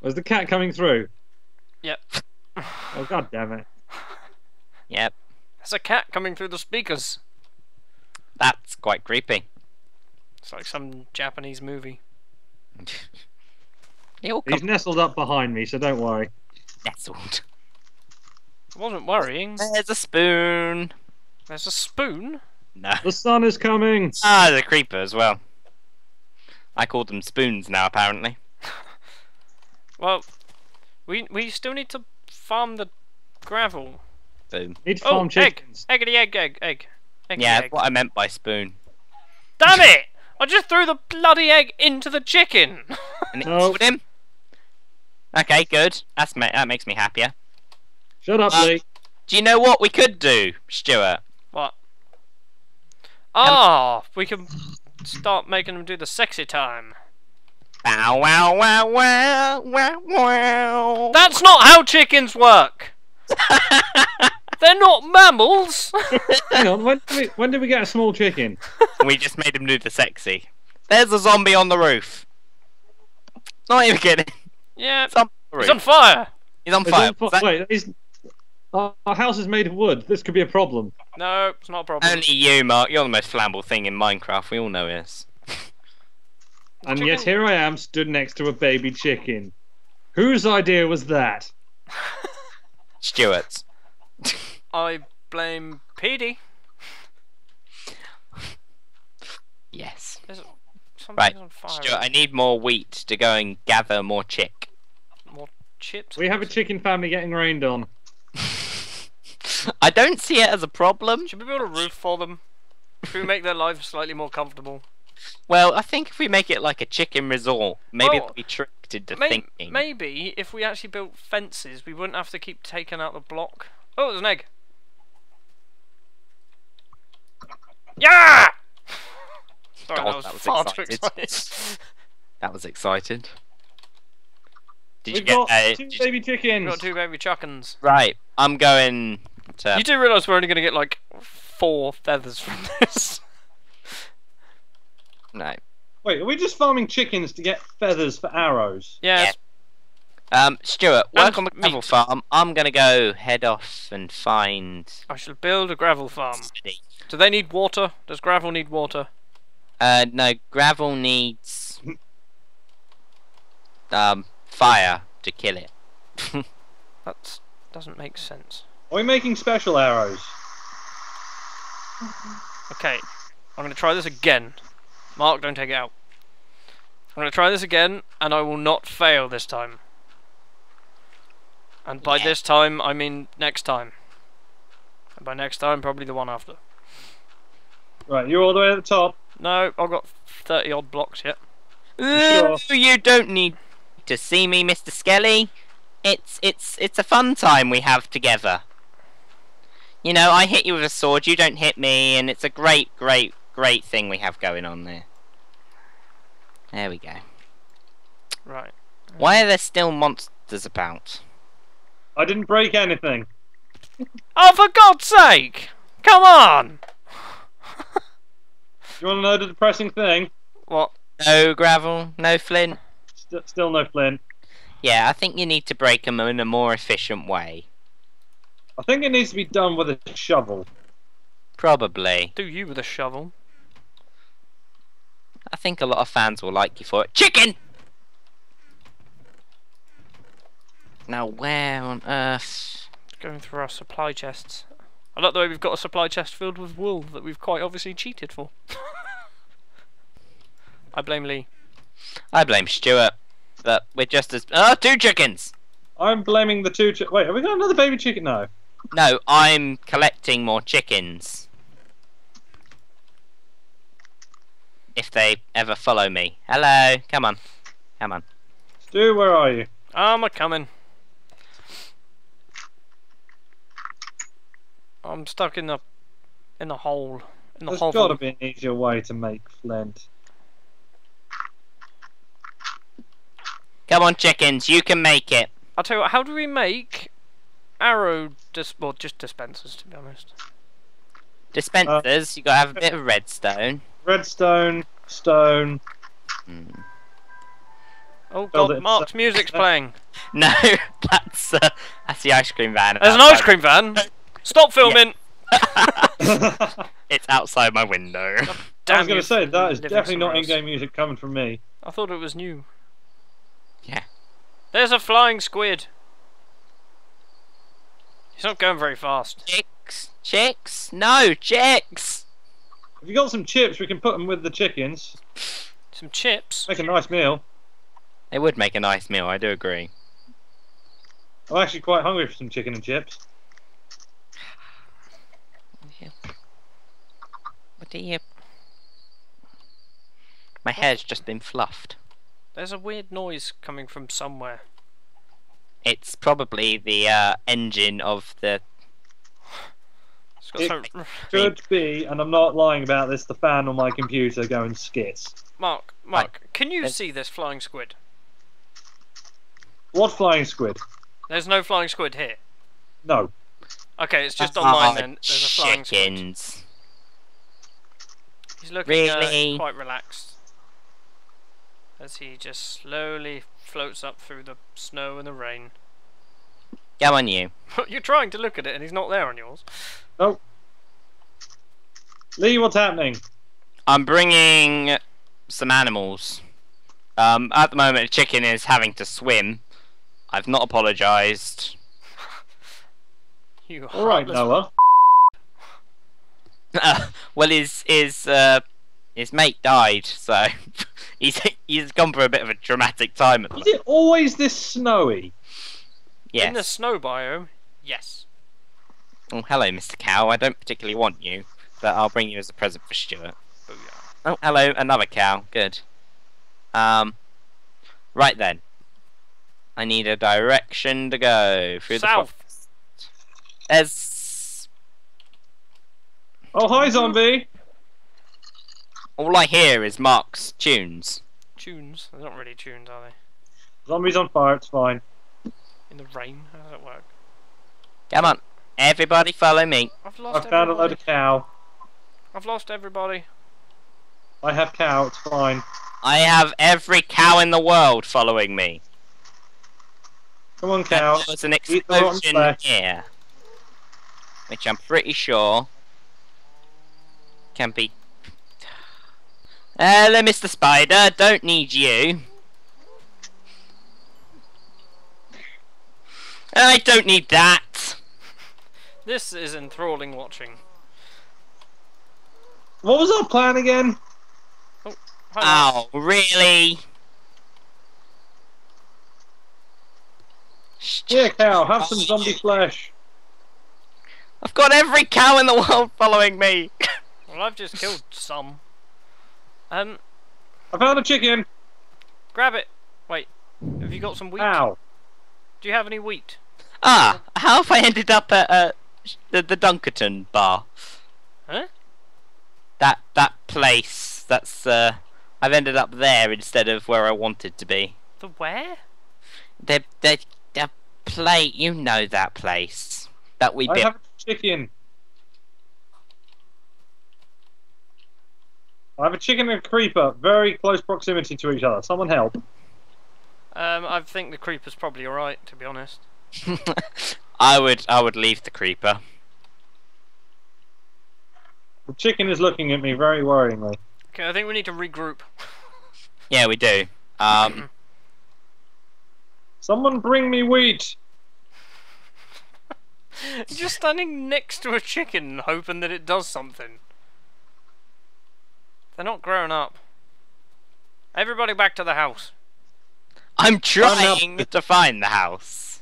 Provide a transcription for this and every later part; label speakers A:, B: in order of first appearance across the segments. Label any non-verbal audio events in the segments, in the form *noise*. A: Was the cat coming through?
B: Yep.
A: Oh god damn it.
C: Yep,
B: There's a cat coming through the speakers.
C: that's quite creepy. *laughs*
B: It's like some Japanese movie.
C: They all come
A: He's nestled up behind me, so don't worry.
C: nestled.
B: I wasn't worrying.
C: There's a spoon.
B: There's a spoon.
C: No.
A: The sun is coming.
C: Ah, there's a creeper as well. I call them spoons now, apparently.
B: Well, we we still need to farm the gravel.
C: Boom.
A: Need to
B: Oh,
A: farm
B: egg,
A: chickens.
B: eggity egg, egg, egg. Eggity
C: Yeah,
B: egg.
C: that's what I meant by spoon.
B: Damn it! I just threw the bloody egg into the chicken. *laughs*
C: And it
A: No.
C: killed him? Okay, good. That's ma- that makes me happier.
A: Shut up,
C: Uh,
A: Lee.
C: Do you know what we could do, Stuart?
B: what? Ah, we can start making them do the sexy time.
C: Bow wow wow wow wow wow. *laughs*
B: That's not how chickens work. They're not mammals. *laughs*
A: Hang on, when did, we, when did we get a small chicken?
C: we just made him do the sexy. There's a zombie on the roof. Not even kidding.
B: yeah,
C: It's on the roof.
B: it's on fire.
C: He's on
A: Is
C: fire.
A: it po-
C: Was that
A: Wait, is, our, our house is made of wood. This could be a problem.
B: No, it's not a problem.
C: Only you, Mark. You're the most flammable thing in Minecraft. We all know this.
A: And
B: Chicken.
A: yet here I am, stood next to a baby chicken. Whose idea was that?
C: Stuart's.
B: I blame Petey.
C: Yes.
B: There's something's
C: Right,
B: on fire.
C: Stuart, I need more wheat to go and gather more chick.
B: More chips.
A: We have a chicken family getting rained on.
C: I don't see it as a problem.
B: Should we build a roof for them? Should we make their lives slightly more
C: *laughs*
B: comfortable?
C: Well, I think if we make it like a chicken resort, maybe
B: Well,
C: they'll be tricked into
B: Maybe,
C: thinking.
B: maybe if we actually built fences, we wouldn't have to keep taking out the block. Oh, there's an egg. Yeah! *laughs* Sorry,
C: God,
B: that was,
C: that was
B: far too
C: excited. *laughs*
B: excited.
C: That was excited. Did you
A: We've
C: get
A: got
C: uh,
A: two
C: did you-
A: baby chickens.
B: we got two baby chuckins.
C: Right, I'm going to.
B: You do realise we're only going to get like four feathers from this.
C: No.
A: Wait, are we just farming chickens to get feathers for arrows?
B: Yes,
C: Um, Stuart, work
B: And
C: on the gravel
B: meat.
C: farm. I'm going to go head off and find.
B: I shall build a gravel farm. Do they need water? Does gravel need water?
C: Uh, no, gravel needs um fire to kill it.
B: That doesn't make sense.
A: Are we making special arrows?
B: Okay, I'm gonna try this again. Mark, don't take it out. I'm gonna try this again, and I will not fail this time. And by
C: Yeah.
B: this time, I mean next time. And by next time, probably the one after.
A: Right, you're all the way at the top.
B: No, I've got 30 odd blocks yet.
C: Ooh, you don't need to see me, Mr. Skelly. It's it's it's a fun time we have together. You know, I hit you with a sword, you don't hit me, and it's a great, great, great thing we have going on there. There we go.
B: Right.
C: Why are there still monsters about?
A: I didn't break anything.
B: Oh, for God's sake! Come on!
A: Do you want to know the depressing thing?
B: What?
C: No gravel, no flint.
A: St- still no Flynn.
C: Yeah, I think you need to break them in a more efficient way.
A: I think it needs to be done with a shovel.
C: Probably.
B: Do you with a shovel?
C: I think a lot of fans will like you for it. Chicken! Now, where on earth?
B: Going through our supply chests. I like the way we've got a supply chest filled with wool that we've quite obviously cheated for. *laughs* I blame Lee.
C: I blame Stuart. But we're just as. Oh, two chickens!
A: I'm blaming the two. Chi- Wait, have we got another baby chicken? No.
C: No, I'm collecting more chickens. If they ever follow me. Hello, come on. Come on.
A: Stu, where are you?
B: I'm a coming. I'm stuck in the in the hole. In the
A: There's got
B: hovel.
A: to be an easier way to make flint.
C: Come on, chickens, you can make it.
B: I'll tell you what, how do we make arrow dis well just dispensers to be honest.
C: Dispensers, you gotta have a bit of redstone. Hmm.
A: Redstone, stone.
B: Oh
A: Well, uh,
B: god,
A: that's-
B: Mark's music's playing.
C: *laughs* No, *laughs* that's uh, that's the ice cream van.
B: There's an ice
A: uh,
B: cream van. Stop filming.
A: *laughs* I
C: *laughs* It's outside my window.
B: Damn
A: was going
B: you,
A: to say that is
B: living
A: definitely not
B: somewhere else.
A: in-game music coming from me.
B: I thought it was new.
C: Yeah.
B: There's a flying squid. He's not going very fast.
C: Chicks, chicks, no chicks.
A: If you got some chips, we can put them with the chickens.
B: Some chips.
A: Make a nice meal.
C: They would make a nice meal. I do agree.
A: I'm actually quite hungry for some chicken and chips.
C: What do you? My hair's just been fluffed.
B: There's a weird noise coming from somewhere.
C: It's probably the uh, engine of the.
B: It's got
A: It-
B: some... *laughs*
A: Could be, and I'm not lying about this, the fan on my computer going skits.
B: Mark, Mark, can you
C: It-
B: see this flying squid?
A: What flying squid?
B: There's no flying squid here.
A: No.
B: Okay, it's just
C: Oh,
B: on mine then. There's a flying squid.
C: chickens.
B: He's looking uh,
C: Really?
B: quite relaxed as he just slowly floats up through the snow and the rain. *laughs*
C: Go on, you.
B: You're trying to look at it and he's not there on yours.
A: Lee, what's happening?
C: I'm bringing some animals. Um, at the moment, a chicken is having to swim. I've not apologised.
B: You
A: All right,
B: heartless-
A: Noah.
C: *laughs* well, his his uh, his mate died, so *laughs* he's he's gone for a bit of a dramatic time. At the
A: Is it always this snowy?
C: yes.
B: In the snow biome, yes.
C: Oh, hello, Mr. Cow. I don't particularly want you, but I'll bring you as a present for Stuart.
B: Booyah.
C: Oh, hello, another cow. Good. Um, right then. I need a direction to go through
B: South.
C: the forest. There's
A: Oh, hi, zombie.
C: all I hear is Mark's tunes.
B: Tunes. They're not really tunes, are they?
A: Zombie's on fire. It's fine.
B: In the rain? How does that work?
C: Come on, everybody, follow me.
B: I've
A: I
B: lost
A: found a
B: everybody.
A: load of cow.
B: I've lost everybody.
A: I have cow. It's fine.
C: I have every cow in the world following me.
A: Come on, cow.
C: There was an
A: Eat the rotten
C: explosion
A: flesh.
C: here, which I'm pretty sure can be. Hello, Mr. Spider. Don't need you. I don't need that.
B: This is enthralling watching.
A: What was our plan again?
B: Hi, Mark.
C: Oh, really?
A: Here, cow. Have some zombie flesh.
C: I've got every cow in the world following me. *laughs*
B: Well, I've just killed some. Um,
A: I found a chicken.
B: grab it. Wait, have you got some wheat?
A: Ow.
B: Do you have any wheat?
C: Ah, how have I ended up at uh, sh- the the Dunkerton bar?
B: Huh?
C: That that place. That's uh, I've ended up there instead of where I wanted to be.
B: The where?
C: The the the play. You know that place that we
A: I
C: built.
A: have a chicken. I have a chicken and a creeper, very close proximity to each other. Someone help.
B: Um, I think the creeper's probably alright, to be honest.
C: *laughs* I would I would leave the creeper.
A: The chicken is looking at me very worryingly.
B: Okay, I think we need to regroup.
C: Yeah, we do. Um,
A: Someone bring me wheat.
B: *laughs* You're just standing next to a chicken, hoping that it does something. They're not growing up. Everybody back to the house.
C: I'm trying to find the house.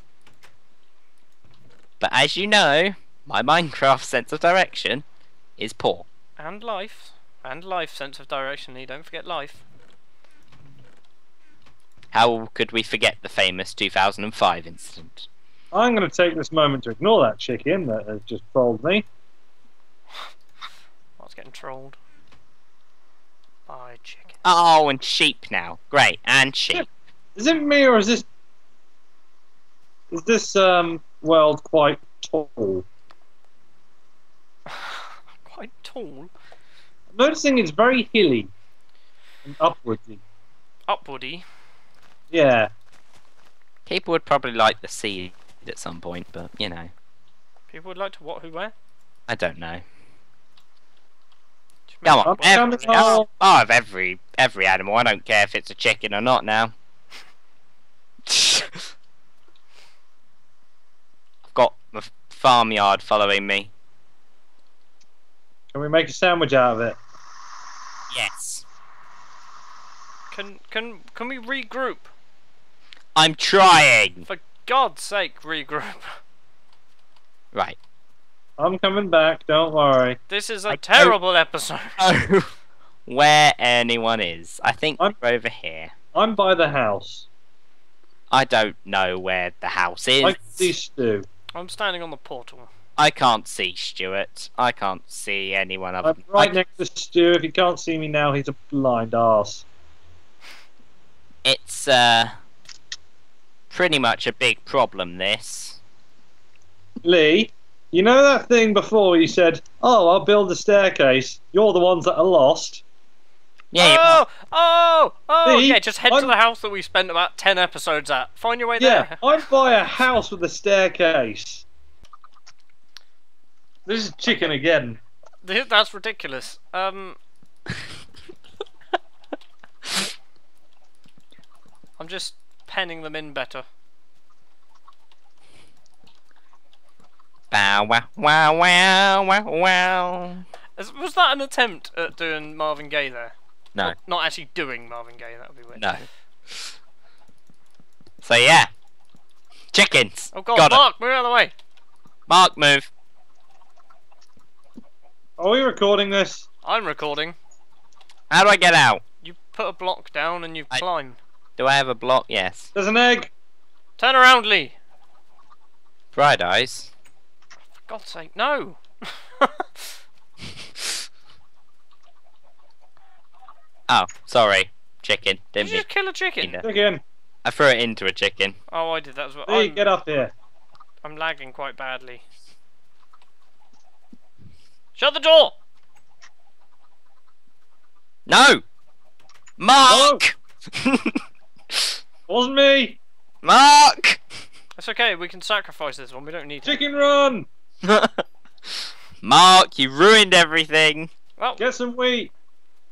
C: But as you know, my Minecraft sense of direction is poor.
B: And life. And life, sense of direction, Lee. Don't forget life.
C: How could we forget the famous 2005 incident?
A: I'm going to take this moment to ignore that chicken that has just trolled me.
B: I was Oh, getting trolled. By a chicken.
C: Oh, and sheep now. Great, and *laughs* sheep.
A: Is it me or is this is this um world quite tall?
B: Quite tall.
A: I'm noticing it's very hilly and upwardsy.
B: Upwardy.
A: Yeah.
C: People would probably like the seed at some point, but you know,
B: People would like to what? Who? Where?
C: I don't know.
B: Just
C: Come
B: make-
C: on,
A: Up down
C: every,
A: the tunnel.
C: I have every every animal. I don't care if it's a chicken or not now. *laughs* I've got my f- farmyard following me.
A: Can we make a sandwich out of it?
C: Yes.
B: Can can can we regroup?
C: I'm trying.
B: For God's sake, regroup. *laughs*
C: Right. *laughs*
A: I'm coming back. Don't worry.
B: This is a
C: I don't-
B: terrible episode. *laughs*
C: Oh, where anyone is. I think
A: I'm-
C: we're over here.
A: I'm by the house.
C: I don't know where the house is.
A: Like the stew.
B: I'm standing on the portal.
C: I can't see Stuart. I can't see anyone other.
A: I'm right
C: I-
A: next to Stu. If he can't see me now, he's a blind ass.
C: It's uh pretty much a big problem. This.
A: Lee, you know that thing before you said, "Oh, I'll build a staircase." You're the ones that are lost.
C: Yeah. you
B: oh, oh, oh!
A: See?
B: yeah, just head to
A: I'm-
B: the house that we spent about ten episodes at. Find your way
A: Yeah, *laughs*
B: there.
A: I'm by a house with a staircase. This is chicken again.
B: Th- That's ridiculous. Um, *laughs* I'm just penning them in better.
C: Bow wow wow wow wow wow.
B: Is- Was that an attempt at doing Marvin Gaye there?
C: No,
B: Not actually doing Marvin Gaye. That would be weird.
C: no. So yeah, chickens.
B: Oh God,
C: Got it.
B: Mark, move out of the way.
C: Mark, move.
A: Are we recording this?
B: I'm recording.
C: How do I get out?
B: You put a block down and you
C: I-
B: climb.
C: Do I have a block? Yes.
A: There's an egg.
B: Turn around, Lee.
C: Fried eyes.
B: For God's sake, no. *laughs*
C: Oh, sorry, chicken.
B: Did
C: Didn't
B: you
C: mean.
B: just kill a chicken?
C: Kinder.
A: Chicken.
C: I threw it into a chicken.
B: Oh, I did that as well.
A: Lee,
B: I'm,
A: get up here.
B: I'm lagging quite badly. Shut the door.
C: No, Mark.
A: Wasn't me.
C: Mark.
B: It's okay. We can sacrifice this one. We don't need to.
A: Chicken run.
C: Mark, you ruined everything.
B: Well,
A: Get some wheat.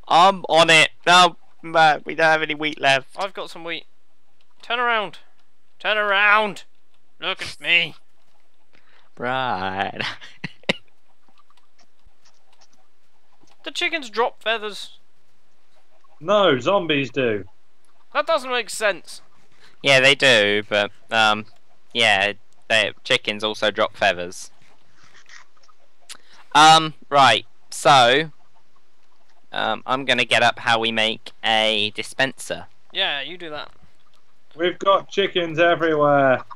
C: I'm on it. No, Mark, we don't have any wheat left.
B: I've got some wheat. Turn around. Turn around. Look at me.
C: Right. *laughs*
B: The chickens drop feathers.
A: No, zombies do.
B: That doesn't make sense.
C: yeah, they do, but um, yeah, they, chickens also drop feathers. Um, right. So, um, I'm gonna get up how we make a dispenser.
B: Yeah, you do that.
A: We've got chickens everywhere.